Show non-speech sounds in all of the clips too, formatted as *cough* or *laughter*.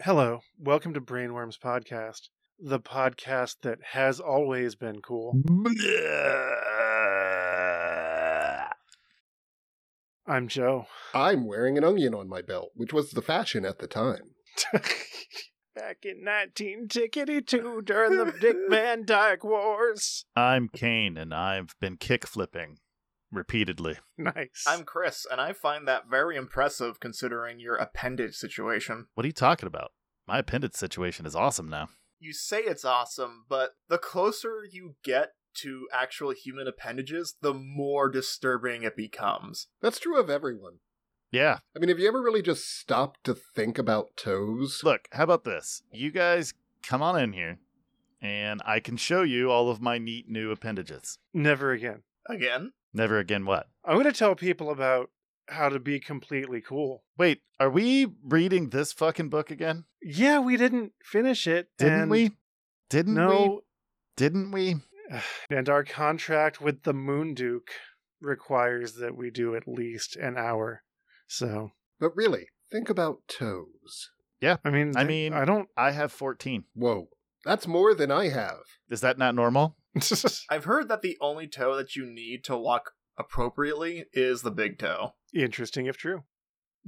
Hello, welcome to Brainworms Podcast, the podcast that has always been cool. I'm Joe. *laughs* I'm wearing an onion on my belt, which was the fashion at the time. Back in 1982 during the *laughs* Dick Van Dyke Wars. I'm Kane, and I've been kick flipping repeatedly. Nice. I'm Chris, and I find that very impressive considering your appendage situation. What are you talking about? My appendage situation is awesome now. You say it's awesome, but the closer you get to actual human appendages, the more disturbing it becomes. That's true of everyone. Yeah. I mean, have you ever really just stopped to think about toes? Look, how about this? You guys come on in here, and I can show you all of my neat new appendages. Never again. Again? Never again what? I'm going to tell people about how to be completely cool. Wait, are we reading this fucking book again? Yeah, we didn't finish it. Didn't and we? Didn't we? No. Didn't we? And our contract with the Moon Duke requires that we do at least an hour. So, But really, think about toes. I mean, I mean- I don't. *laughs* I have 14. Whoa, that's more than I have. Is that not normal? I've heard that the only toe that you need to walk appropriately is the big toe. Interesting if true.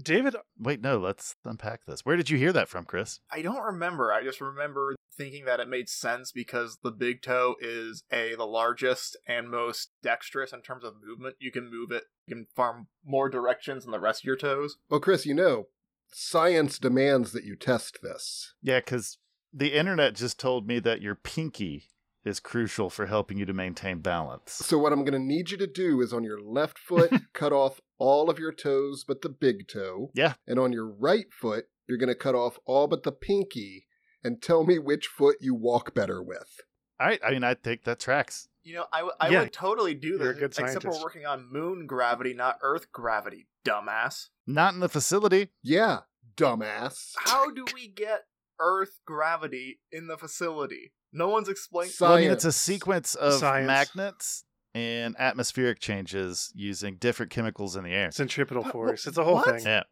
David, Wait, no, let's unpack this. Where did you hear that from, Chris? I don't remember. I just remember thinking that it made sense because the big toe is a the largest and most dexterous in terms of movement. You can move it in far more directions than the rest of your toes. Well, Chris, you know, science demands that you test this. Yeah, because the internet just told me that your pinky is crucial for helping you to maintain balance. So, what I'm going to need you to do is on your left foot, cut off all of your toes but the big toe. Yeah. And on your right foot, you're going to cut off all but the pinky and tell me which foot you walk better with. All right. I mean, I think that tracks. You know, I, w- I Yeah. would totally do You're a this, good except we're scientist. working on moon gravity, not Earth gravity, dumbass. Not in the facility. Yeah, dumbass. How do we get Earth gravity in the facility? No one's explained. Sci- Well, I mean, it's a Science. sequence of Science. magnets and atmospheric changes using different chemicals in the air. centripetal What- force. It's a whole what? thing. Yeah.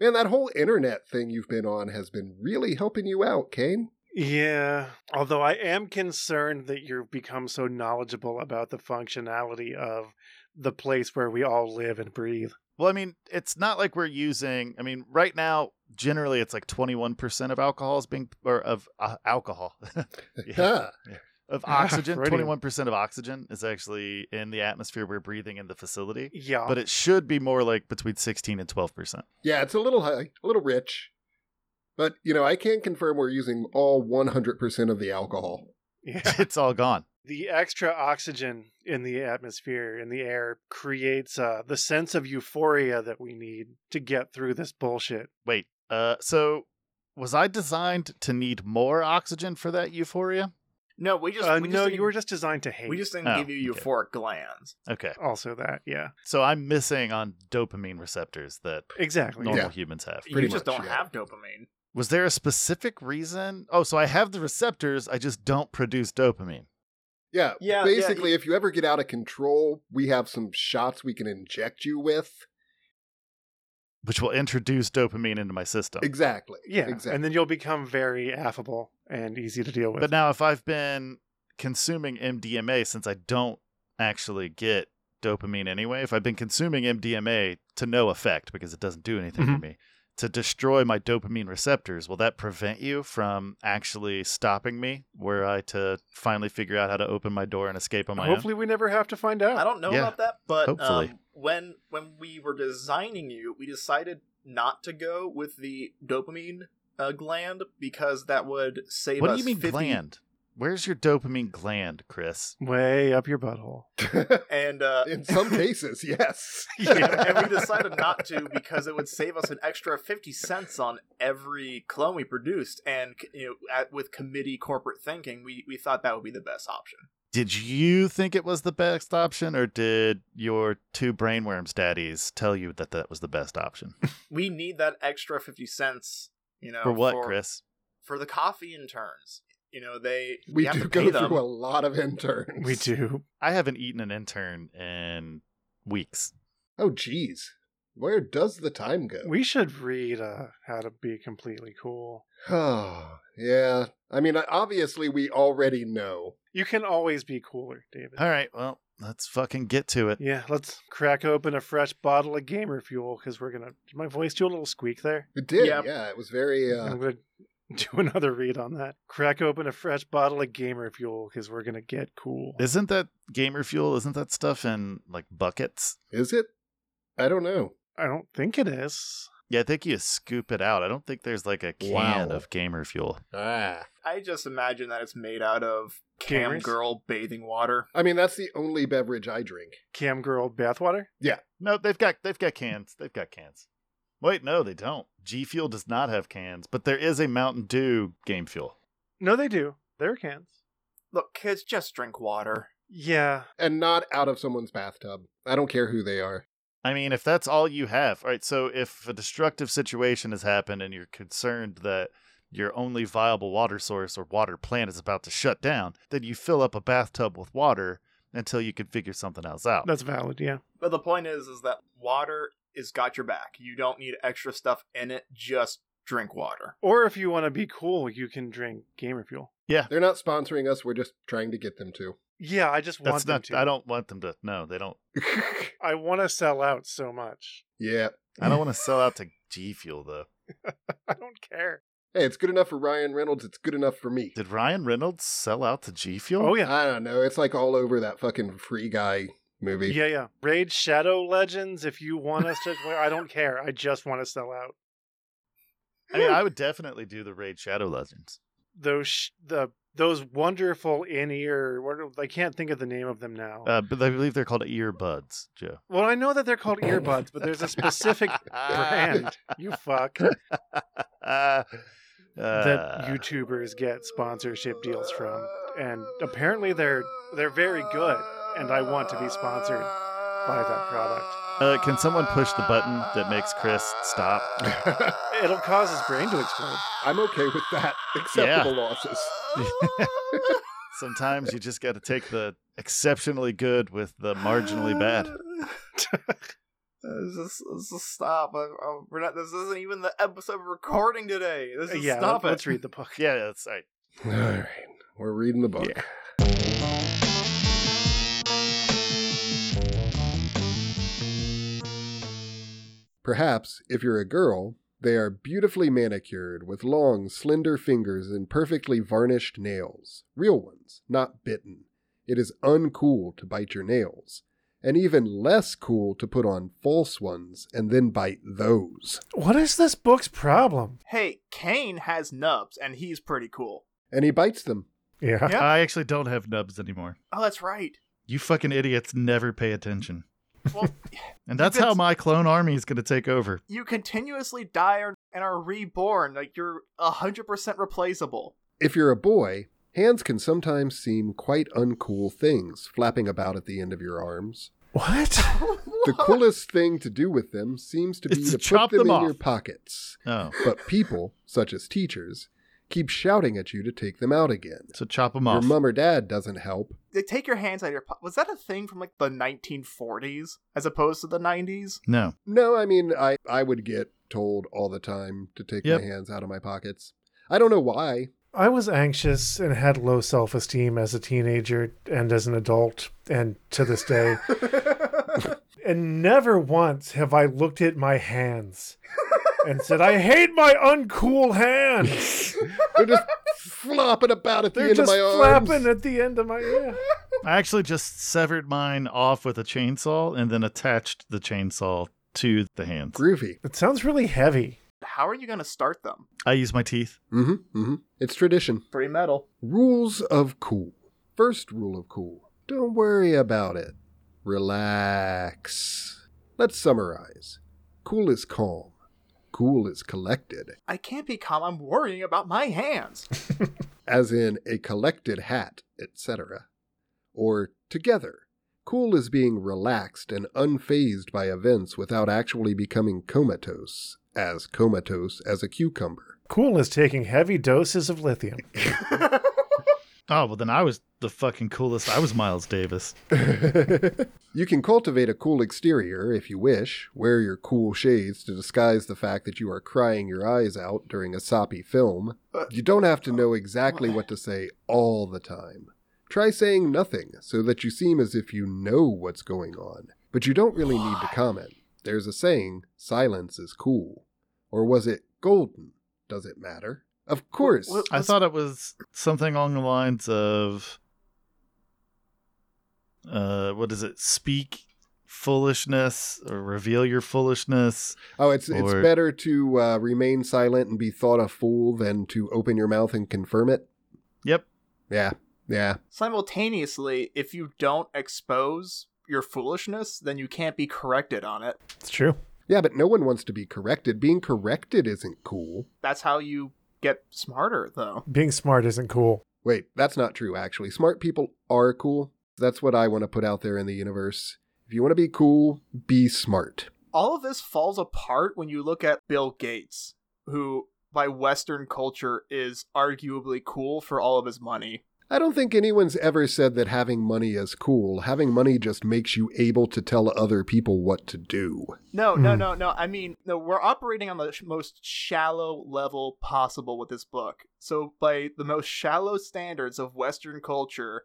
Man, that whole internet thing you've been on has been really helping you out, Kane. Yeah. Although I am concerned that you've become so knowledgeable about the functionality of the place where we all live and breathe. Well, I mean, it's not like we're using. I mean, right now, generally, it's like twenty-one percent of alcohol is being or of uh, *laughs* alcohol. *laughs* Yeah. Huh. of oxygen. Freudian. Twenty-one percent of oxygen is actually in the atmosphere we're breathing in the facility. Yeah. But it should be more like between sixteen and twelve percent. *laughs* Yeah, it's a little high, a little rich. But, you know, I can confirm we're using all 100% of the alcohol. yeah. It's all gone. the extra oxygen in the atmosphere in the air creates uh, the sense of euphoria that we need to get through this bullshit. Wait. Uh. So, was I designed to need more oxygen for that euphoria? no, we just. uh, we just no, didn't- you were just designed to hate. We just didn't Oh, give you okay. euphoric glands. Okay. also that. Yeah. So I'm missing on dopamine receptors that Exactly. normal Yeah. humans have. Pretty you just much, don't yeah. have dopamine. Was there a specific reason? Oh, so I have the receptors, I just don't produce dopamine. Yeah, Yeah, yeah, basically, you- if you ever get out of control, we have some shots we can inject you with. Which will introduce dopamine into my system. Exactly. Yeah, exactly. and then you'll become very affable and easy to deal with. But now, if I've been consuming MDMA since I don't actually get dopamine anyway, if I've been consuming MDMA to no effect because it doesn't do anything Mhm. for me, to destroy my dopamine receptors, will that prevent you from actually stopping me? Were I to finally figure out how to open my door and escape on my Hopefully, we never have to find out. I don't know Yeah. about that, but Hopefully. um, when when we were designing you, we decided not to go with the dopamine uh, gland because that would save own? What us. do you mean 50 gland? Where's your dopamine gland, Chris? Way up your butthole. And uh, In *laughs* some cases, yes. and *laughs* *laughs* we decided not to because it would save us an extra 50 cents on every clone we produced and you know at, with committee corporate thinking we, we thought that would be the best option Did you think it was the best option, or did your two brainworms daddies tell you that that was the best option? we need that extra 50 cents you know For what, Chris? for the coffee interns you know they we have do to go pay through them a lot of interns. We do. I haven't eaten an intern in weeks. Oh, geez. Where does the time go? We should read uh, How to Be Completely Cool. Oh, yeah. I mean, obviously, we already know. You can always be cooler, David. All right, well, let's fucking get to it. Yeah, let's crack open a fresh bottle of gamer fuel because we're gonna. Did my voice do a little squeak there? It did, Yep. yeah. It was very. Uh, I'm gonna *laughs* do another read on that. Crack open a fresh bottle of gamer fuel because we're gonna get cool. Isn't that gamer fuel? Isn't that stuff in like buckets? Is it? I don't know. I don't think it is. Yeah, I think you scoop it out. I don't think there's like a can Wow. of gamer fuel. Ah. I just imagine that it's made out of cam Gamers? girl bathing water. I mean, that's the only beverage I drink. Cam Girl bathwater. No, they've got they've got cans. They've got cans. Wait, no, they don't. G Fuel does not have cans, but there is a Mountain Dew game fuel. No, they do. They're cans. Look, kids, just drink water. Yeah, And not out of someone's bathtub. I don't care who they are. I mean, if that's all you have, all right, so if a destructive situation has happened and you're concerned that your only viable water source or water plant is about to shut down, then you fill up a bathtub with water until you can figure something else out. that's valid. Yeah. But the point is, is that water is got your back. You don't need extra stuff in it. Just drink water. Or if you want to be cool, you can drink gamer fuel. They're not sponsoring us. We're just trying to get them to. *laughs* Yeah, I just want That's them not to. I don't want them to no, *laughs* they don't I want to sell out so much. *laughs* yeah. I don't want to sell out to G Fuel though. I don't care. Hey, it's good enough for Ryan Reynolds. It's good enough for me. Did Ryan Reynolds sell out to G Fuel? Oh yeah, I don't know. It's like all over that fucking free guy movie. yeah, yeah. Raid Shadow Legends. If you want us to, well, I don't care. I just want to sell out. I mean, I would definitely do the Raid Shadow Legends. Those sh- the those wonderful in ear. What are- I can't think of the name of them now. Uh, but I believe they're called earbuds, Joe. well, I know that they're called earbuds, but there's a *laughs* *laughs* specific brand. You fuck Uh, that uh, YouTubers get sponsorship deals from, and apparently they're they're very good. And I want to be sponsored by that product. Uh, can someone push the button that makes Chris *laughs* stop? It'll cause his brain to explode. I'm okay with that. *laughs* Acceptable losses. *laughs* Sometimes you just got to take the exceptionally good with the Uh, marginally *laughs* *gasps* bad. Uh, This is, this is stop. I, I, we're not. This isn't even the episode we're recording today. This is yeah, stop let, it. us read the book. Yeah, that's right. All right. We're reading the book. Perhaps, if you're a girl, they are beautifully manicured with long, slender fingers and perfectly varnished nails. Real ones, not bitten. It is uncool to bite your nails, and even less cool to put on false ones and then bite those. What is this book's problem? Hey, Kane has nubs, and he's pretty cool. And he bites them. Yeah. Yeah. I actually don't have nubs anymore. Oh, that's right. You fucking idiots never pay attention. *laughs* Well, And that's could- how my clone army is going to take over. you continuously die or- and are reborn. Like you're hundred percent replaceable. If you're a boy, hands can sometimes seem quite uncool things flapping about at the end of your arms. What? The coolest thing to do with them seems to be It's to to chop put them, them in off. your pockets. Oh, But people, such as teachers, keep shouting at you to take them out again. so chop them Your off. mum or dad doesn't help. they take your hands out of your pocket. Was that a thing from like the 1940s as opposed to the 90s? no. No, I mean, I, I would get told all the time to take Yep. my hands out of my pockets. I don't know why. I was anxious and had low self esteem as a teenager and as an adult, and to this day. and never once have I looked at my hands and said, I hate my uncool hands. They're just flopping about at the They're end just of my arms. flapping at the end of my. Yeah. I actually just severed mine off with a chainsaw and then attached the chainsaw to the hands. Groovy. It sounds really heavy. How are you going to start them? I use my teeth. Mm-hmm. Mm-hmm. It's tradition. Pretty metal. Rules of cool. First rule of cool don't worry about it. Relax. Let's summarize. Cool is calm. Cool is collected, I can't be calm. I'm worrying about my hands. as in a collected hat, etc. Or together. Cool is being relaxed and unfazed by events without actually becoming comatose, as comatose as a cucumber. Cool is taking heavy doses of lithium. Oh, well, then I was the fucking coolest. I was Miles Davis. you can cultivate a cool exterior if you wish, wear your cool shades to disguise the fact that you are crying your eyes out during a soppy film. You don't have to know exactly what to say all the time. Try saying nothing so that you seem as if you know what's going on, but you don't really need to comment. There's a saying, silence is cool. Or was it golden? Does it matter? Of course. Well, I Let's- thought it was something along the lines of uh what is it? Speak foolishness or reveal your foolishness. Oh, it's it's Or- better to uh, remain silent and be thought a fool than to open your mouth and confirm it. Yep. Yeah, yeah, Simultaneously, if you don't expose your foolishness, then you can't be corrected on it. It's true. yeah. But no one wants to be corrected. Being corrected isn't cool. That's how you get smarter, though. Being smart isn't cool. Wait, that's not true. Actually, smart people are cool. That's what I want to put out there in the universe. If you want to be cool, be smart. all of this falls apart when you look at Bill Gates, who by Western culture is arguably cool for all of his money. I don't think anyone's ever said that having money is cool. Having money just makes you able to tell other people what to do. No, no, Hmm. no, no. I mean, no, we're operating on the sh- most shallow level possible with this book. So, by the most shallow standards of Western culture,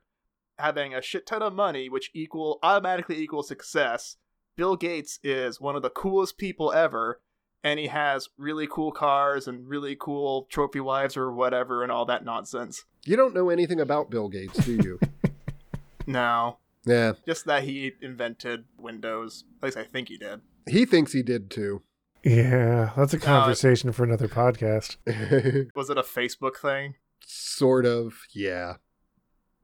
having a shit ton of money, which equal automatically equals success, Bill Gates is one of the coolest people ever, and he has really cool cars and really cool trophy wives or whatever and all that nonsense. You don't know anything about Bill Gates, do you? No, yeah. just that he invented Windows. At least I think he did. He thinks he did too. *laughs* Yeah, that's a No, conversation for another podcast. Was it a Facebook thing? sort of, yeah.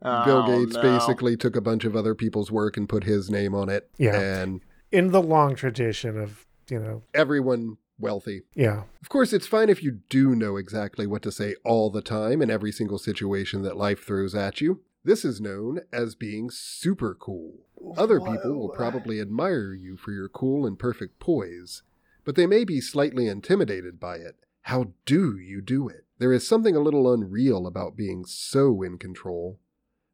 Bill Oh, Gates no. basically took a bunch of other people's work and put his name on it. Yeah. And In the long tradition of, you know, everyone wealthy. yeah, Of course, it's fine if you do know exactly what to say all the time in every single situation that life throws at you. This is known as being super cool. Other people will probably admire you for your cool and perfect poise, but they may be slightly intimidated by it. How do you do it? There is something a little unreal about being so in control.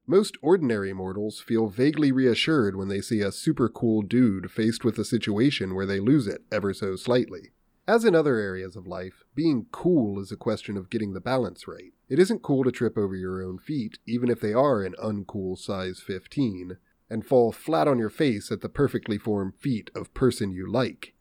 Most ordinary mortals feel vaguely reassured when they see a super cool dude faced with a situation where they lose it ever so slightly. As in other areas of life, being cool is a question of getting the balance right. It isn't cool to trip over your own feet, even if they are an uncool size 15, and fall flat on your face at the perfectly formed feet of person you like.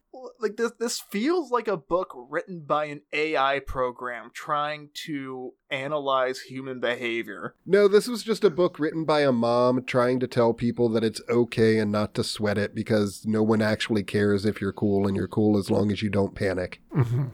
like this this feels like a book written by an AI program trying to analyze human behavior. No, this was just a book written by a mom trying to tell people that it's okay and not to sweat it because no one actually cares if you're cool and you're cool as long as you don't panic. Mhm.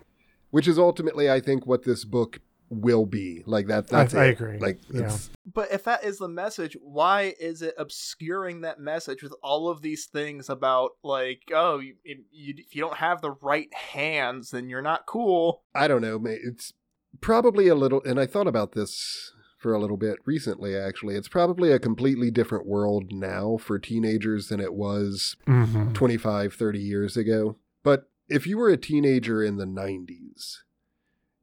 Which is ultimately, I think, what this book will be. Like that. I- That's I it. agree. Like Yeah. it's- But if that is the message, why is it obscuring that message with all of these things about like, oh, you, you, if you don't have the right hands, then you're not cool. I don't know. ma- It's probably a little, and I thought about this for a little bit recently, actually. It's probably a completely different world now for teenagers than it was Mm-hmm. Mhm. 25, 30 years ago. But if you were a teenager in the 90s,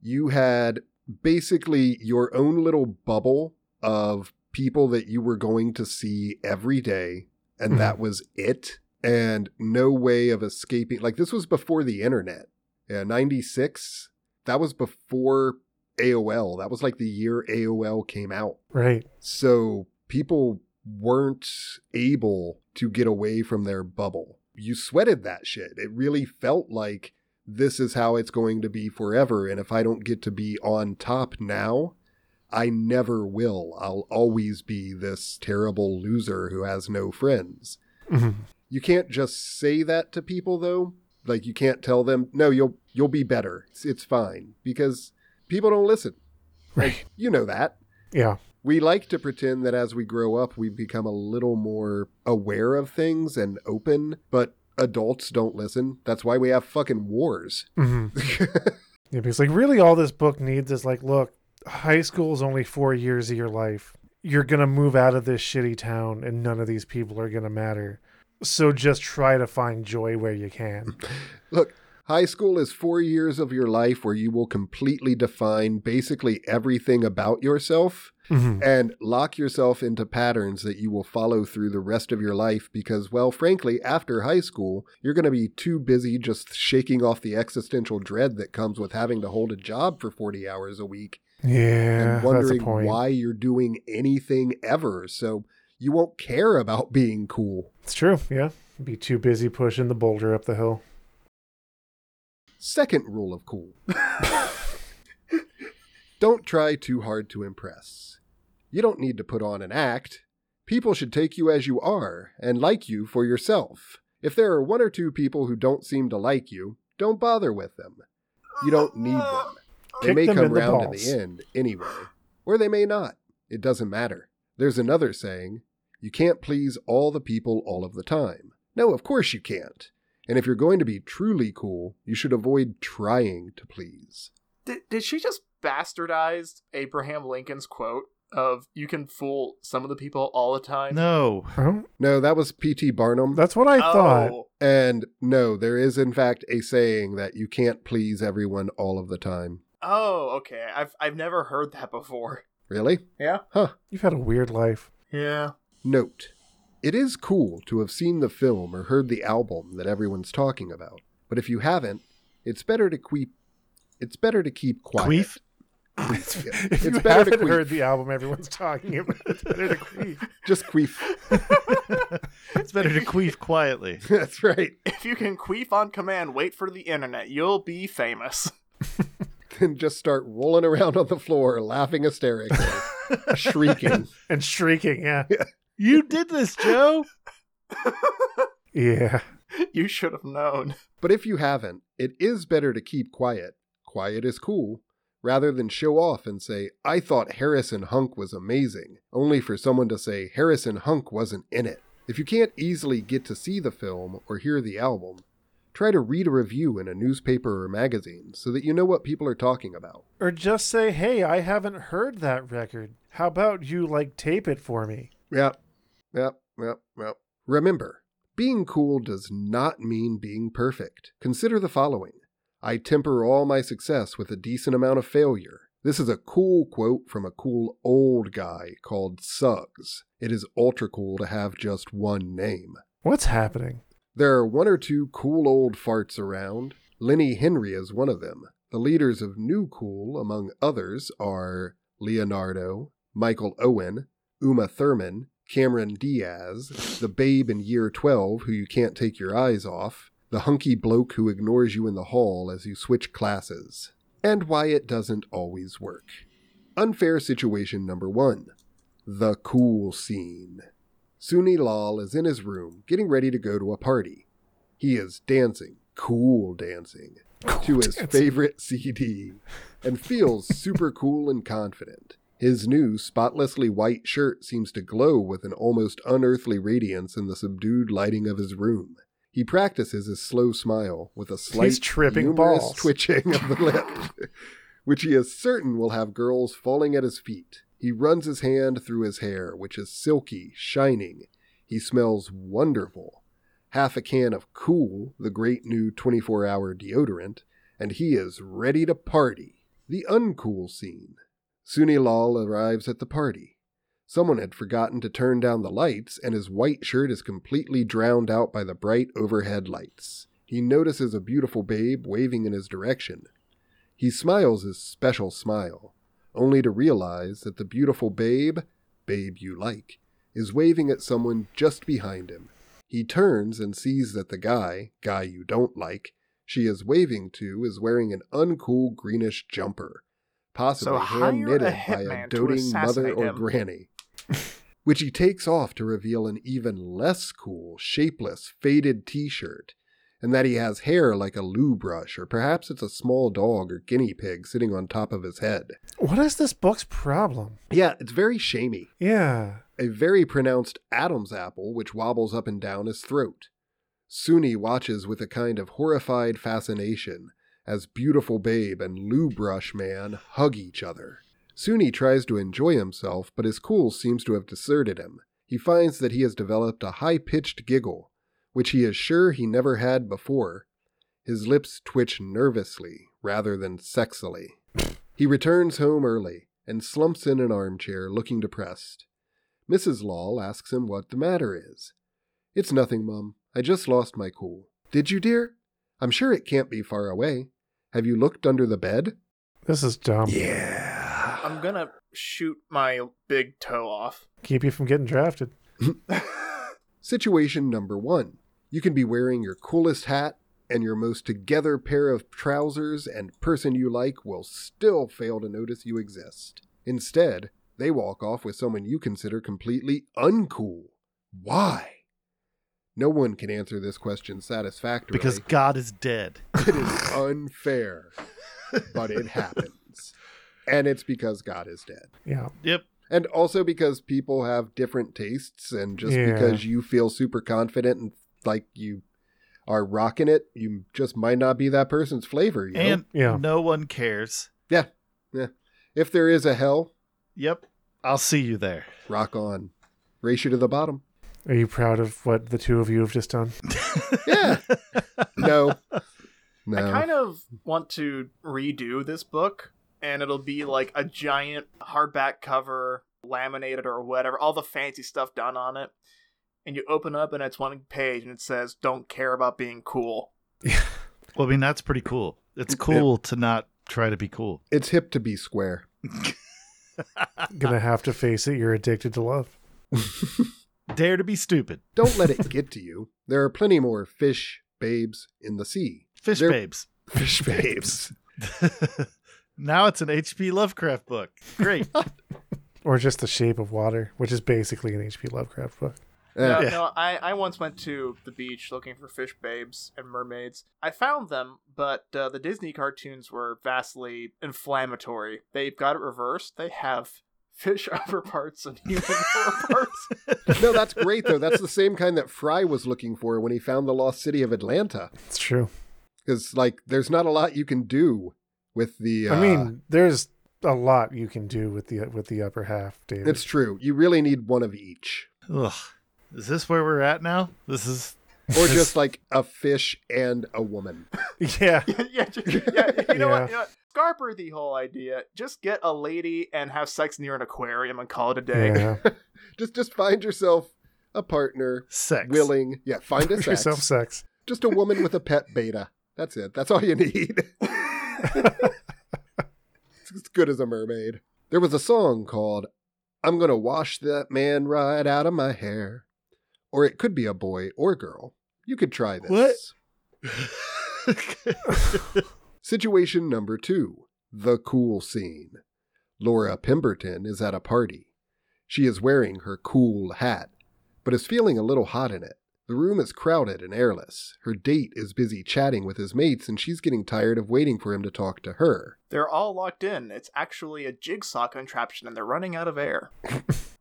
you had basically your own little bubble of people that you were going to see every day, and Mhm. that was it, and no way of escaping. Like, this was before the internet. Yeah, 96. That was before AOL. That was like the year AOL came out. right. So people weren't able to get away from their bubble. You sweated that shit. It really felt like this is how it's going to be forever. And if I don't get to be on top now, I never will. I'll always be this terrible loser who has no friends. Mhm. You can't just say that to people though. Like you can't tell them, "No, you'll you'll be better. It's, it's fine." Because people don't listen. Right. You know that Yeah. we like to pretend that as we grow up we become a little more aware of things and open but adults don't listen that's why we have fucking wars *laughs* Mhm. Yeah, because like really all this book needs is like, look, high school is only four years of your life. You're gonna move out of this shitty town and none of these people are gonna matter. So just try to find joy where you can. look High school is four years of your life where you will completely define basically everything about yourself Mhm. and lock yourself into patterns that you will follow through the rest of your life because, well, frankly, after high school, you're going to be too busy just shaking off the existential dread that comes with having to hold a job for 40 hours a week Yeah, and that's a wondering point. why you're doing anything ever. So you won't care about *laughs* being cool. It's true. Yeah, be too busy pushing the boulder up the hill. Second rule *laughs* of cool don't try too hard to impress. You don't need to put on an act. People should take you as you are and like you for yourself. If there are one or two people who don't seem to like you, don't bother with them. You *laughs* don't need them. They Kick may them come in the round in balls. the end anyway, or they may not. It doesn't matter. There's another saying you can't please all the people all of the time. No, of course you can't. And if you're going to be truly cool, you should avoid trying to please. Did, did she just bastardize Abraham Lincoln's quote of "You can fool some of the people all the time"? No. Oh, No, that was P.T. Barnum. that's what I thought. Oh, and no, there is in fact a saying that you can't please everyone all of the time. oh, okay. I've I've never heard that before. *laughs* Really? Yeah. Huh. You've had a weird life. *laughs* Yeah. Note It is cool to have seen the film or heard the album that everyone's talking about, but if you haven't, it's better to keep it's better to keep quiet. Queef? Queef, yeah. *laughs* If you it's better to haven't queef. heard the album everyone's talking *laughs* about, *laughs* it's better to queef. Just queef. *laughs* It's better to queef quietly. That's right. If you can queef on command, wait for the internet. You'll be famous. *laughs* Then just start rolling around on the floor, *laughs* laughing hysterically, shrieking. and shrieking. Yeah, You did this, Joe. yeah. you should have known. *laughs* But if you haven't, it is better to keep quiet. Quiet is cool. Rather than show off and say, I thought Harrison Hunk was amazing, only for someone to say, Harrison Hunk wasn't in it. If you can't easily get to see the film or hear the album, try to read a review in a newspaper or magazine so that you know what people are talking about. Or just say, "Hey, I haven't heard that record. How about you like tape it for me?" Yep, yep, yep, yep. Remember, being cool does not mean being perfect. Consider the following I temper all my success with a decent amount of failure. This is a cool quote from a cool old guy called Suggs. It is ultra cool to have just one name. What's happening? There are one or two cool old farts around. Lenny Henry is one of them. The leaders of New Cool, among others, are Leonardo, Michael Owen, Uma Thurman, Cameron Diaz, the babe in year 12 who you can't take your eyes off, the hunky bloke who ignores you in the hall as you switch classes, and why it doesn't always work. Unfair situation number one the cool scene. Suni Lal is in his room, getting ready to go to a party. He is dancing, cool dancing, to his favorite CD, and feels super cool and confident. His new, spotlessly white shirt seems to glow with an almost unearthly radiance in the subdued lighting of his room. He practices his slow smile with a slight, tripping humorous balls. twitching of the *laughs* lip, which he is certain will have girls falling at his feet. He runs his hand through his hair, which is silky, shining. He smells wonderful half a can of Cool, the great new 24 hour deodorant, and he is ready to party. The uncool scene. Suni Lal arrives at the party. Someone had forgotten to turn down the lights, and his white shirt is completely drowned out by the bright overhead lights. He notices a beautiful babe waving in his direction. He smiles his special smile, only to realize that the beautiful babe, babe you like, is waving at someone just behind him. He turns and sees that the guy, guy you don't like, she is waving to is wearing an uncool greenish jumper, possibly So hire hand knitted a by a hitman to doting mother assassinate or him. *laughs* granny, which he takes off to reveal an even less cool, shapeless, faded t shirt, and that he has hair like a loo brush, or perhaps it's a small dog or guinea pig sitting on top of his head. What is this book's problem? Yeah, it's very shamey. Yeah. A very pronounced Adam's apple which wobbles up and down his throat. Suni watches with a kind of horrified fascination as beautiful babe and loo brush man hug each other. Suni tries to enjoy himself, but his cool seems to have deserted him. He finds that he has developed a high pitched giggle, which he is sure he never had before. His lips twitch nervously rather than sexily. He returns home early and slumps in an armchair looking depressed. Mrs. Lawl asks him what the matter is. It's nothing, Mum. I just lost my cool. Did you, dear? I'm sure it can't be far away. Have you looked under the bed? This is dumb. Yeah. I'm gonna shoot my big toe off. Keep you from getting drafted. Situation number one you can be wearing your coolest hat and your most together pair of trousers, and person you like will still fail to notice you exist. Instead, they walk off with someone you consider completely uncool. Why? No one can answer this question satisfactorily Because God is dead. it is unfair, but it happens. And it's because God is dead. Yeah. Yep. And also because people have different tastes, and just Yeah. because you feel super confident and like you are rocking it, you just might not be that person's flavor. You know? And Yeah. no one cares. yeah, yeah. If there is a hell, Yep. I'll see you there. rock on. Race you to the bottom. Are you proud of what the two of you have just done? Yeah. no. No. I kind of want to redo this book, and it'll be like a giant hardback cover, laminated or whatever, all the fancy stuff done on it. And you open up, and it's one page, and it says, "Don't care about being cool." Well, I mean, that's pretty cool. It's cool to not try to be cool. It's hip to be square. Gonna have to face it. You're addicted to love. Dare to be stupid. Don't let it get to you. There are plenty more fish babes in the sea. Fish They're- babes. *laughs* *laughs* Fish babes. now it's an H.P. Lovecraft book. Great. Or just The Shape of Water, which is basically an H.P. Lovecraft book. No, Eh, Yeah. no, I, I once went to the beach looking for fish babes and mermaids. I found them, but uh, the Disney cartoons were vastly inflammatory. They've got it reversed. They have *laughs* fish upper parts and *laughs* human lower parts. *laughs* no, that's great though. That's the same kind that Fry was looking for when he found the lost city of Atlanta. It's true. Because like, there's not a lot you can do with the. Uh, I mean, there's a lot you can do with the with the upper half, David. it's true. You really need one of each, Ugh. Is this where we're at now? This is *laughs* or just like a fish and a woman. yeah. yeah, ju- yeah, you know Yeah. what? You know what? Scarper the whole idea. Just get a lady and have sex near an aquarium and call it a day. Yeah. Just, just find yourself a partner, sex. willing. Yeah, find a Give yourself sex. sex. Just a woman with a pet beta. That's it. That's all you need. *laughs* It's as good as a mermaid. There was a song called I'm Gonna Wash That Man Right Out of My Hair. Or it could be a boy or girl. You could try this. What? *laughs* Situation number two The Cool Scene. Laura Pemberton is at a party. She is wearing her cool hat, but is feeling a little hot in it. The room is crowded and airless. Her date is busy chatting with his mates, and she's getting tired of waiting for him to talk to her. They're all locked in. It's actually a jigsaw contraption and they're running out of air.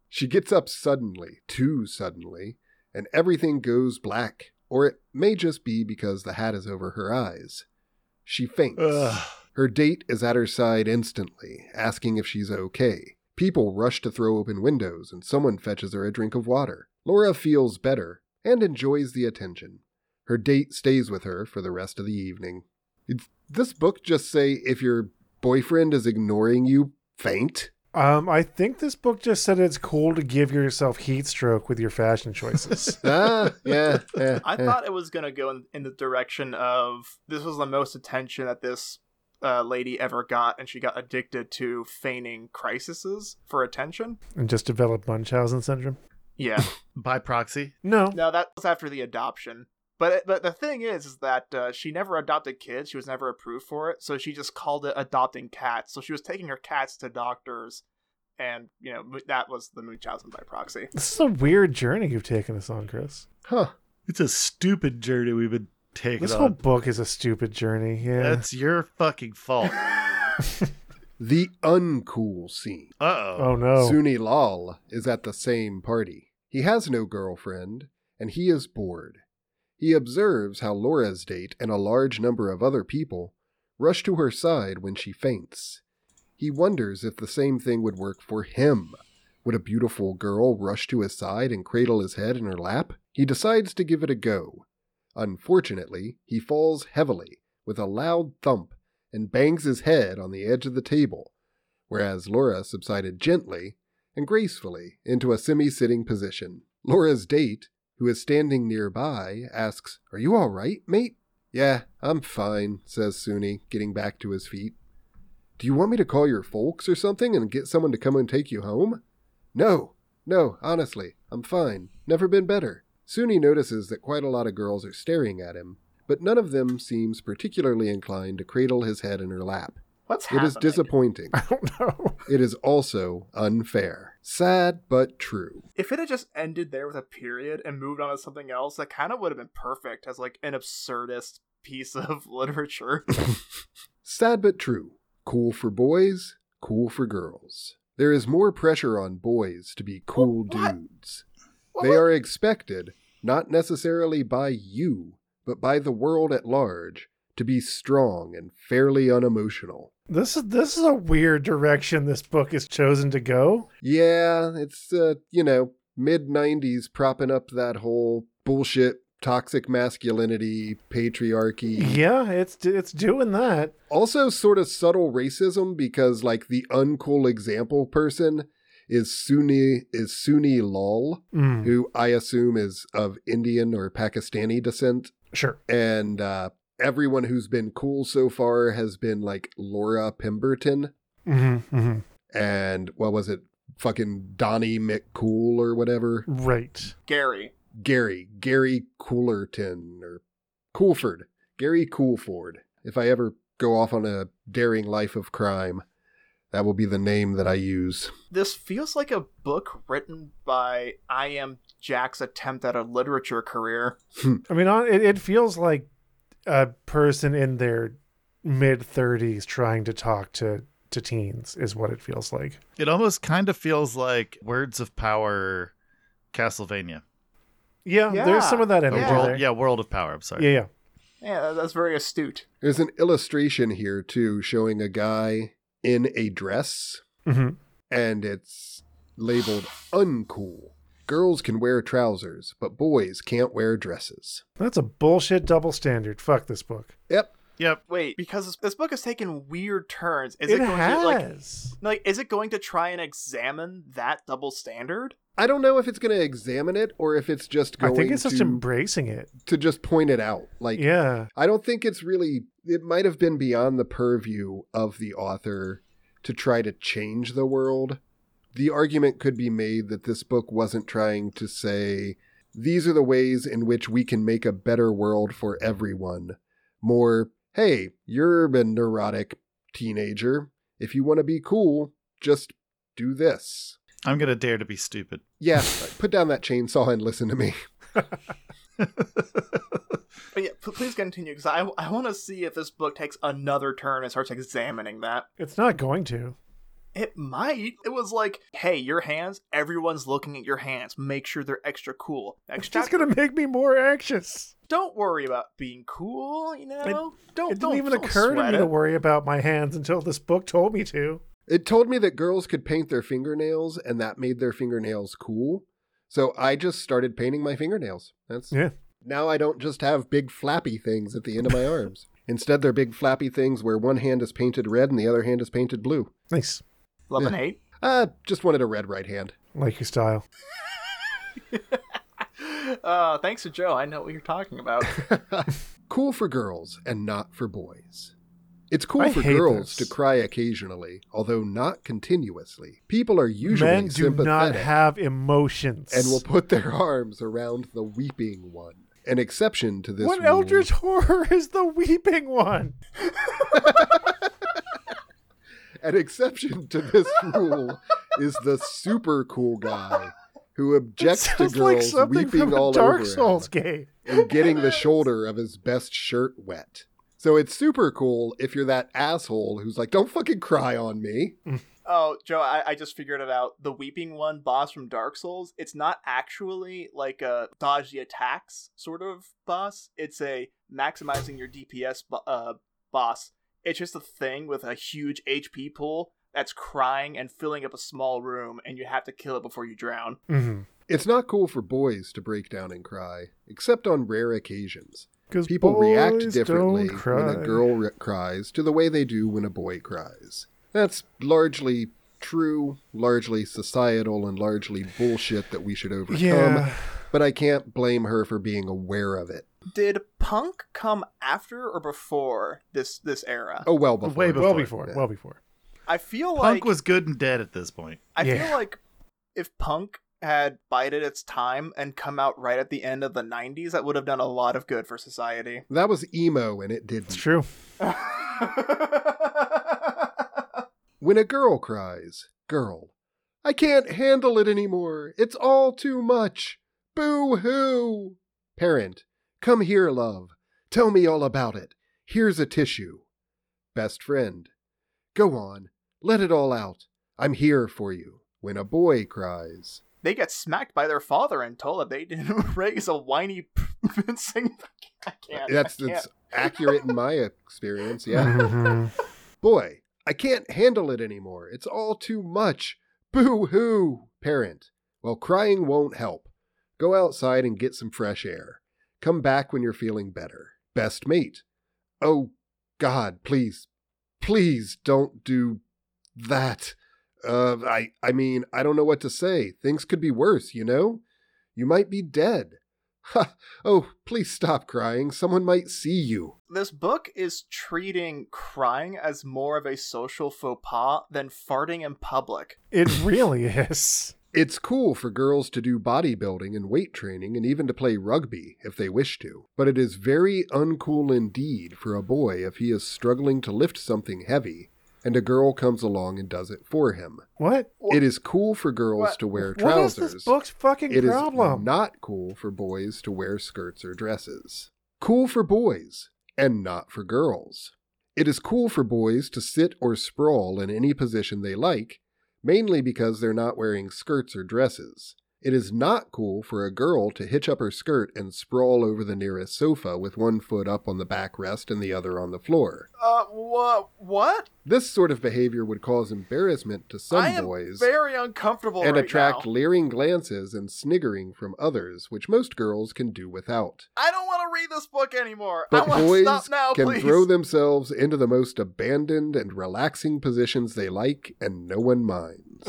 She gets up suddenly, too suddenly, and everything goes black, or it may just be because the hat is over her eyes. She faints. Ugh. Her date is at her side instantly, asking if she's okay. People rush to throw open windows, and someone fetches her a drink of water. Laura feels better and enjoys the attention. Her date stays with her for the rest of the evening. It's, this book just say if your boyfriend is ignoring you, faint. Um, I think this book just said it's cool to give yourself heat stroke with your fashion *laughs* choices. Ah, yeah. yeah, I yeah. thought it was going to go in, in the direction of this was the most attention that this uh, lady ever got, and she got addicted to feigning crises for attention. and just develop Munchausen syndrome. *laughs* Yeah, By proxy. No. no, that was after the adoption. But it, but the thing is, is that uh, she never adopted kids. She was never approved for it, so she just called it adopting cats. So she was taking her cats to doctors, and you know mo- that was the Munchausen by proxy. This is a weird journey you've taken us on, Chris. Huh. It's a stupid journey we've been taking This on. whole book is a stupid journey. Yeah. That's your fucking *laughs* fault. The uncool scene. Uh oh. oh no. Suni Lal is at the same party. He has no girlfriend, and he is bored. He observes how Laura's date and a large number of other people rush to her side when she faints. He wonders if the same thing would work for him. Would a beautiful girl rush to his side and cradle his head in her lap? He decides to give it a go. Unfortunately, he falls heavily with a loud thump and bangs his head on the edge of the table, whereas Laura subsided gently and gracefully into a semi sitting position. Laura's date, who is standing nearby, asks, Are you all right, mate? Yeah, I'm fine, says Suni, getting back to his feet. Do you want me to call your folks or something and get someone to come and take you home? No, no, honestly, I'm fine. Never been better. Suni notices that quite a lot of girls are staring at him, but none of them seems particularly inclined to cradle his head in her lap. What's It happening? is disappointing. *laughs* I don't know. It is also unfair. Sad but true. If it had just ended there with a period and moved on to something else, that kind of would have been perfect as like an absurdist piece of *laughs* literature. Sad but true. Cool for boys, cool for girls. There is more pressure on boys to be cool What? dudes. They are expected, not necessarily by you, but by the world at large, to be strong and fairly unemotional. This is this is a weird direction this book is chosen to go. Yeah, it's, uh, you know, mid 90s propping up that whole bullshit, toxic masculinity, patriarchy. Yeah, it's it's doing that. also sort of subtle racism because like the uncool example person is Sunni is Sunni Lal, Mm, who I assume is of Indian or Pakistani descent, sure. and uh, everyone who's been cool so far has been like Laura Pemberton hmm hmm and what was it, fucking Donnie McCool or whatever, Right. Gary. Gary Gary Coolerton or Coolford, Gary Coolford. If I ever go off on a daring life of crime, that will be the name that I use. This feels like a book written by I am Jack's attempt at a literature career. I mean, on- it, it feels like a person in their mid thirties trying to talk to to teens is what it feels like. It almost kind of feels like Words of Power, Castlevania. Yeah, there's Yeah. some of that Or energy Yeah. there. World, Oh, yeah, World of Power. I'm sorry. yeah, yeah. Yeah, that- that's very astute. There's an illustration here too showing a guy in a dress hmm and it's labeled uncool. Girls can wear trousers, but boys can't wear dresses. That's a bullshit double standard. Fuck this book. Yep. Yep. Wait, because this, this book has taken weird turns. Is it it, going has. to like like is it going to try and examine that double standard? I don't know if it's going to examine it or if it's just going I think it's to, just embracing it. to just point it out. Like yeah. I don't think it's really. It might have been beyond the purview of the author to try to change the world. The argument could be made that this book wasn't trying to say, these are the ways in which we can make a better world for everyone. More, hey, you're a neurotic teenager. If you want to be cool, just do this. I'm gonna dare to be stupid. Yeah, put down that chainsaw and listen to me. But yeah, p- please continue because I, I want to see if this book takes another turn and starts examining that. It's not going to. It might. It was like, hey, your hands. Everyone's looking at your hands. Make sure they're extra cool. It's Next just chapter, going to make me more anxious. don't worry about being cool. You know, don't. It don't, didn't even don't occur to sweat me it. to worry about my hands until this book told me to. It told me that girls could paint their fingernails and that made their fingernails cool. So I just started painting my fingernails. That's Yeah. now I don't just have big flappy things at the end of my arms. Instead they're big flappy things where one hand is painted red and the other hand is painted blue. Nice. Love and Yeah. hate. I just wanted a red right hand. *laughs* Like your style. *laughs* Uh, thanks to Joe, I know what you're *laughs* talking about. cool for girls and not for boys. It's cool I for hate girls this. to cry occasionally, although not continuously. People are usually Men do sympathetic. not have emotions. and will put their *laughs* arms around the weeping one. An exception to this what rule. eldritch horror *laughs* is the weeping one? *laughs* An exception to this rule is the super cool guy who It objects to sounds like girls something weeping from a all Dark over Souls him game. and getting the shoulder of his best shirt wet. So it's super cool if you're that asshole who's like, "Don't fucking cry on me." oh, Joe, I, I just figured it out. The Weeping One boss from Dark Souls. It's not actually like a dodge the attacks sort of boss. It's a maximizing your DPS bo- uh, boss. It's just a thing with a huge HP pool that's crying and filling up a small room, and you have to kill it before you drown. Mhm. It's not cool for boys to break down and cry, except on rare occasions. Because People react differently when a girl re- cries to the way they do when a boy cries. That's largely true, largely societal, and largely bullshit that we should overcome. Yeah. But I can't blame her for being aware of it. Did punk come after or before this this era? Oh well, before. Way Well before. before. Well before. I feel Punk like was good and dead at this point. I Yeah. feel like if punk had bided its time and come out right at the end of the 90s, that would have done a lot of good for society. *laughs* that was emo, and it It's didn't. true. When a girl cries, girl, I can't handle it anymore. It's all too much. Boo hoo. Parent, come here, love. Tell me all about it. Here's a tissue. Best friend, go on. Let it all out. I'm here for you. When a boy cries, they get smacked by their father and told that they didn't *laughs* raise a whiny, convincing. I can't. that's, I can't. that's accurate in my experience. Yeah. *laughs* Mhm. Boy, I can't handle it anymore. It's all too much. Boo hoo. Parent, well, crying won't help. Go outside and get some fresh air. Come back when you're feeling better. Best mate. Oh, God, please, please don't do that. Uh, I, I mean, I don't know what to say. Things could be worse, you know? You might be dead. Ha! Oh, please stop crying. Someone might see you. This book is treating crying as more of a social faux pas than farting in public. It really is. It's cool for girls to do bodybuilding and weight training and even to play rugby if they wish to, but it is very uncool indeed for a boy if he is struggling to lift something heavy and a girl comes along and does it for him. What? it is cool for girls what- to wear What is trousers. this book's fucking It is problem? not cool for boys to wear skirts or dresses. Cool for boys and not for girls. It is cool for boys to sit or sprawl in any position they like, mainly because they're not wearing skirts or dresses. It is not cool for a girl to hitch up her skirt and sprawl over the nearest sofa with one foot up on the backrest and the other on the floor. Uh, what? What? This sort of behavior would cause embarrassment to some I am boys very uncomfortable and right attract now. leering glances and sniggering from others, which most girls can do without. I don't want to read this book anymore. But I want to boys stop now, can please. throw themselves into the most abandoned and relaxing positions they like, and no one minds.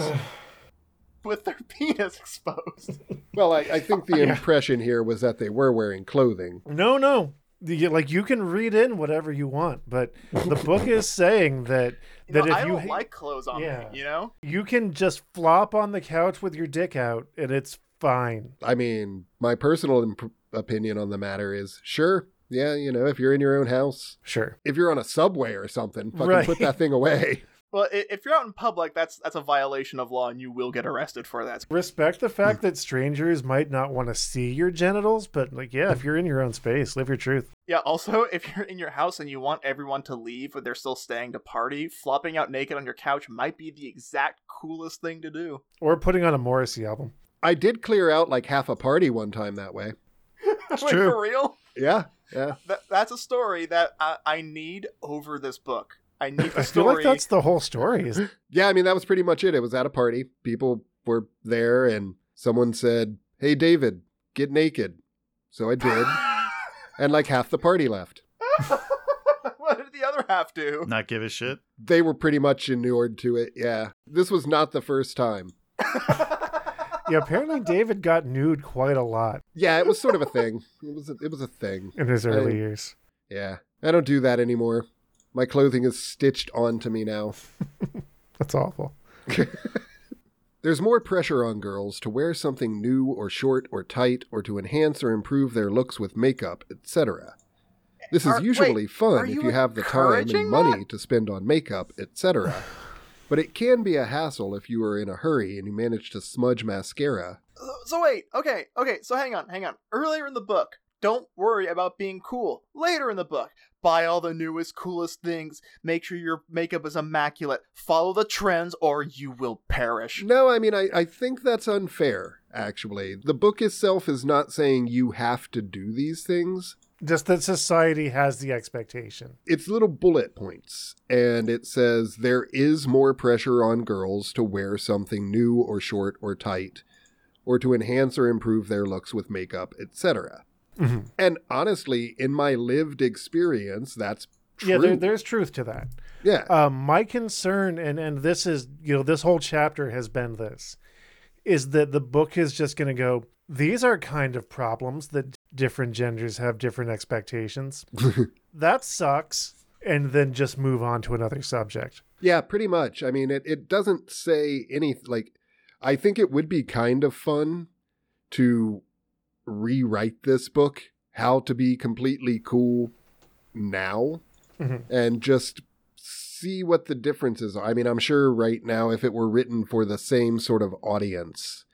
With their *laughs* penis exposed. well, I, I think the Yeah. impression here was that they were wearing clothing. No, no. You- Like you can read in whatever you want, but the book is saying that You that know, if I you don't like clothes on Yeah. me, you know? you can just flop on the couch with your dick out and it's fine. I mean, my personal imp- opinion on the matter is sure, yeah, you know, if you're in your own house, Sure. if you're on a subway or something, fucking Right. put that thing away. *laughs* Well, i- if you're out in public, that's that's a violation of law, and you will get arrested for that. Respect the fact Hmm. that strangers might not want to see your genitals, but like yeah, if you're in your own space, live your truth. Yeah. Also, *laughs* if you're in your house and you want everyone to leave, but they're still staying to party, flopping out naked on your couch might be the exact coolest thing *laughs* to do. Or putting on a Morrissey album. I did clear out like half a party one time that way. like true. for real. Yeah, yeah. That, that's a story that I, I need over this book. I *laughs* need I the feel story. like that's the whole story. Is yeah, I mean, that was pretty much it. It was at a party. People were there, and someone said, Hey, David, get naked. So I did. and like half the party left. *laughs* what did the other half do? *laughs* Not give a shit. They were pretty much inured to it. Yeah. This was not the first time. yeah, apparently David got nude quite a lot Yeah, it was sort of a thing. It was a, it was a thing. in his early I- years. Yeah. I don't do that anymore. My clothing is stitched onto me now. That's awful. There's more pressure on girls to wear something new or short or tight or to enhance or improve their looks with makeup, etc. This is Are- wait, usually are fun if you you have the time and encouraging money to spend on makeup, *sighs* etc. but it can be a hassle if you are in a hurry and you manage to smudge mascara. So, so wait, okay, okay, so hang on, hang on. Earlier in the book, don't worry about being cool. Later in the book, buy all the newest, coolest things. Make sure your makeup is immaculate. Follow the trends or you will perish. No, I mean, I, I think that's unfair, actually. The book itself is not saying you have to do these things. Just that society has the expectation. it's little bullet points and it says there is more pressure on girls to wear something new or short or tight or to enhance or improve their looks with makeup, etc. Mhm. And honestly, in my lived experience, that's true. Yeah, there, there's truth to that. yeah. Uh, my concern, and and this is you know this whole chapter has been this, is that the book is just going to go. These are kind of problems that different genders have different expectations. that sucks, and then just move on to another subject. Yeah, pretty much. I mean, it, it doesn't say any like I think it would be kind of fun to rewrite this book, How to Be Completely Cool Now, Mhm. and just see what the differences are. I mean, I'm sure right now if it were written for the same sort of audience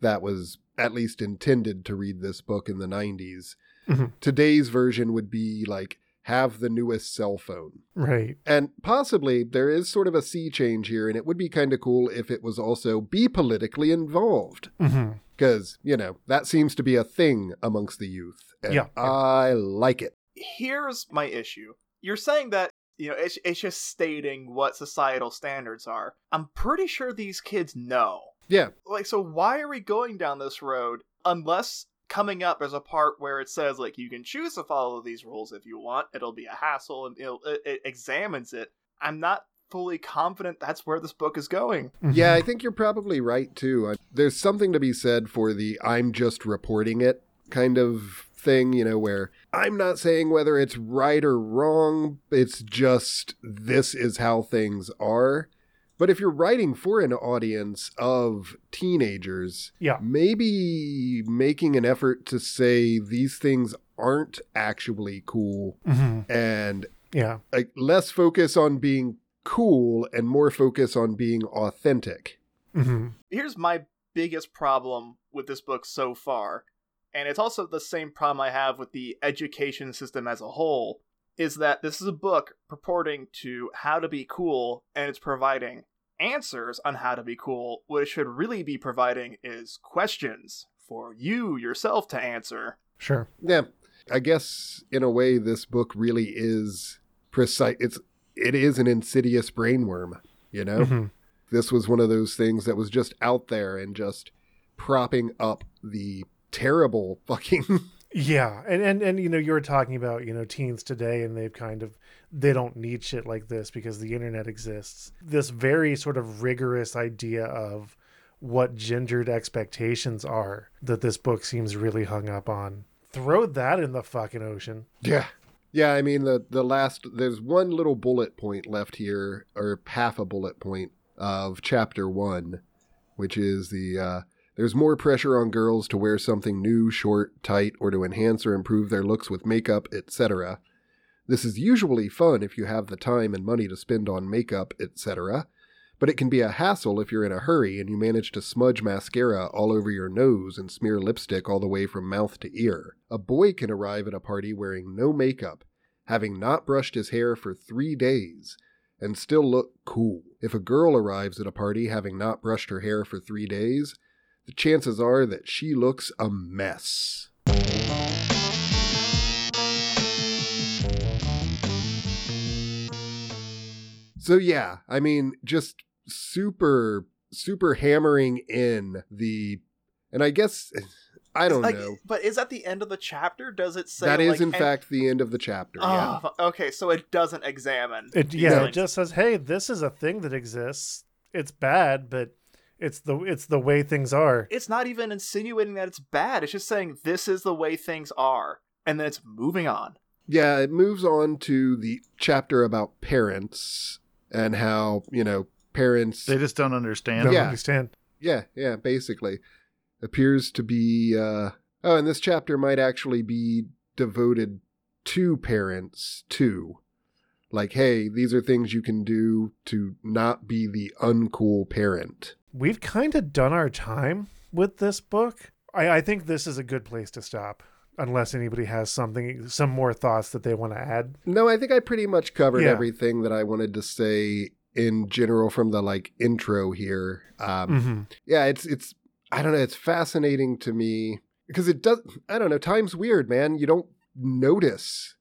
that was at least intended to read this book in the 90s, Mhm. today's version would be like have the newest cell phone. Right. And possibly there is sort of a sea change here, and it would be kind of cool if it was also be politically involved. hmm Because, you know, that seems to be a thing amongst the youth. And Yeah. I like it. here's my issue. You're saying that, you know, it's, it's just stating what societal standards are. I'm pretty sure these kids know. Yeah. Like, so why are we going down this road unless coming up is a part where it says, like, you can choose to follow these rules if you want, it'll be a hassle, and it'll, it, it examines it. I'm not fully confident that's where this book is going. Mm-hmm. Yeah, I think you're probably right, too. I- There's something to be said for the I'm just reporting it kind of thing, you know, where I'm not saying whether it's right or wrong. It's just this is how things are. But if you're writing for an audience of teenagers, Yeah. maybe making an effort to say these things aren't actually cool hmm and Yeah. like less focus on being cool and more focus on being authentic. hmm here's my biggest problem with this book so far and it's also the same problem i have with the education system as a whole is that this is a book purporting to how to be cool and it's providing answers on how to be cool what it should really be providing is questions for you yourself to answer Sure. Yeah. I guess in a way this book really is precise it's it is an insidious brainworm, you know? hmm This was one of those things that was just out there and just propping up the terrible fucking Yeah, and and and you know you were talking about you know teens today, and they've kind of they don't need shit like this because the internet exists. This very sort of rigorous idea of what gendered expectations are that this book seems really hung up on. Throw that in the fucking ocean. Yeah. Yeah, I mean the the last there's one little bullet point left here or half a bullet point of chapter 1, which is the uh there's more pressure on girls to wear something new, short, tight, or to enhance or improve their looks with makeup, etc. This is usually fun if you have the time and money to spend on makeup, etc. But it can be a hassle if you're in a hurry and you manage to smudge mascara all over your nose and smear lipstick all the way from mouth to ear. A boy can arrive at a party wearing no makeup, having not brushed his hair for three days, and still look cool. If a girl arrives at a party having not brushed her hair for three days, the chances are that she looks a mess. So yeah, I mean, just super, super hammering in the, and I guess *sighs* I don't Like, know. but is that the end of the chapter does it say That is, like, in and- fact, the end of the chapter. yeah. Ah, okay so it doesn't examine It these yeah, things. it just says, hey, this is a thing that exists. It's bad, but it's the it's the way things are. it's not even insinuating that it's bad. It's just saying this is the way things are, and then it's moving on. Yeah, it moves on to the chapter about parents and how, you know, parents They just don't understand. Don't Yeah. understand. Yeah, yeah, basically appears to be uh oh, and this chapter might actually be devoted to parents too. Like, hey, these are things you can do to not be the uncool parent. we've kind of done our time with this book. I, I think this is a good place to stop, unless anybody has something, some more thoughts that they want to add. No, I think I pretty much covered Yeah. everything that I wanted to say in general from the like intro here. Um Mm-hmm. yeah, it's it's I don't know, it's fascinating to me because it does I don't know, time's weird, man. You don't notice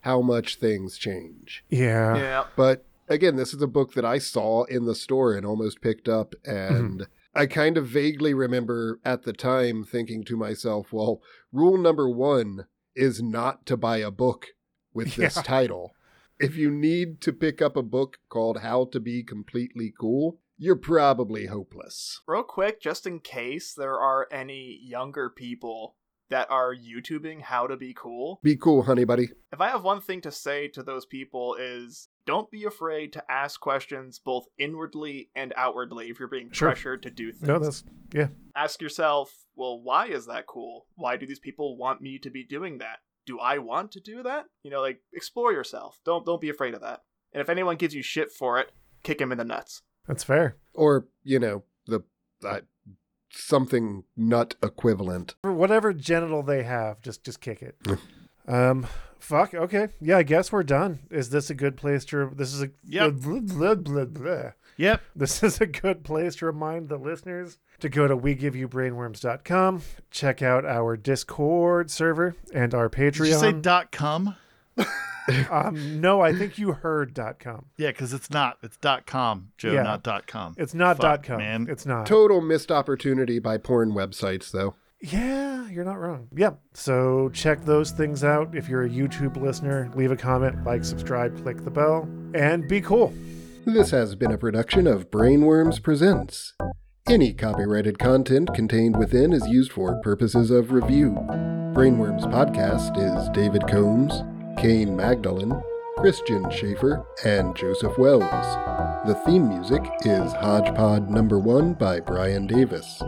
how much things change. Yeah. yeah. But again, this is a book that I saw in the store and almost picked up and I kind of vaguely remember at the time thinking to myself, well, rule number one is not to buy a book with this Yeah. title. If you need to pick up a book called How to Be Completely Cool, you're probably hopeless. Real quick, just in case there are any younger people that are YouTubing how to be cool, Be cool, honey buddy. if I have one thing to say to those people is don't be afraid to ask questions both inwardly and outwardly if you're being Sure. pressured to do things. No, that's yeah. ask yourself, well, why is that cool? Why do these people want me to be doing that? Do I want to do that? You know, like explore yourself. Don't don't be afraid of that. And if anyone gives you shit for it, kick him in the nuts. That's fair. Or, you know, the uh, something nut equivalent. For whatever genital they have, just just kick it. um, fuck. Okay. Yeah, I guess we're done. Is this a good place to? This is a Yep. blah, blah, blah, blah. Yep. This *laughs* is a good place to remind the listeners to go to wegiveyoubrainworms.com, check out our Discord server and our Did you say Patreon. dot com? um, no, I think you heard dot .com. Yeah, because it's not. It's dot com, Joe, Yeah. not dot com. It's not Fuck, dot .com. man. It's not. Total missed opportunity by porn websites, though. Yeah, you're not wrong. Yep. So check those things out. If you're a YouTube listener, leave a comment, like, subscribe, click the bell, and be cool. This has been a production of Brainworms Presents. Any copyrighted content contained within is used for purposes of review. Brainworms Podcast is David Combs, Kane Magdalen, Christian Schaefer, and Joseph Wells. The theme music is Hodgepod Number One by Brian Davis.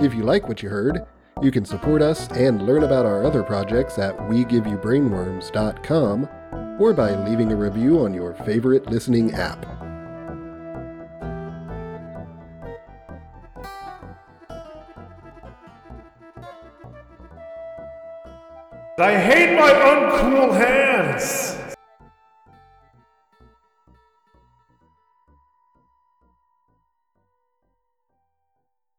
If you like what you heard, you can support us and learn about our other projects at WeGiveYouBrainworms.com or by leaving a review on your favorite listening app. I hate my uncool hands.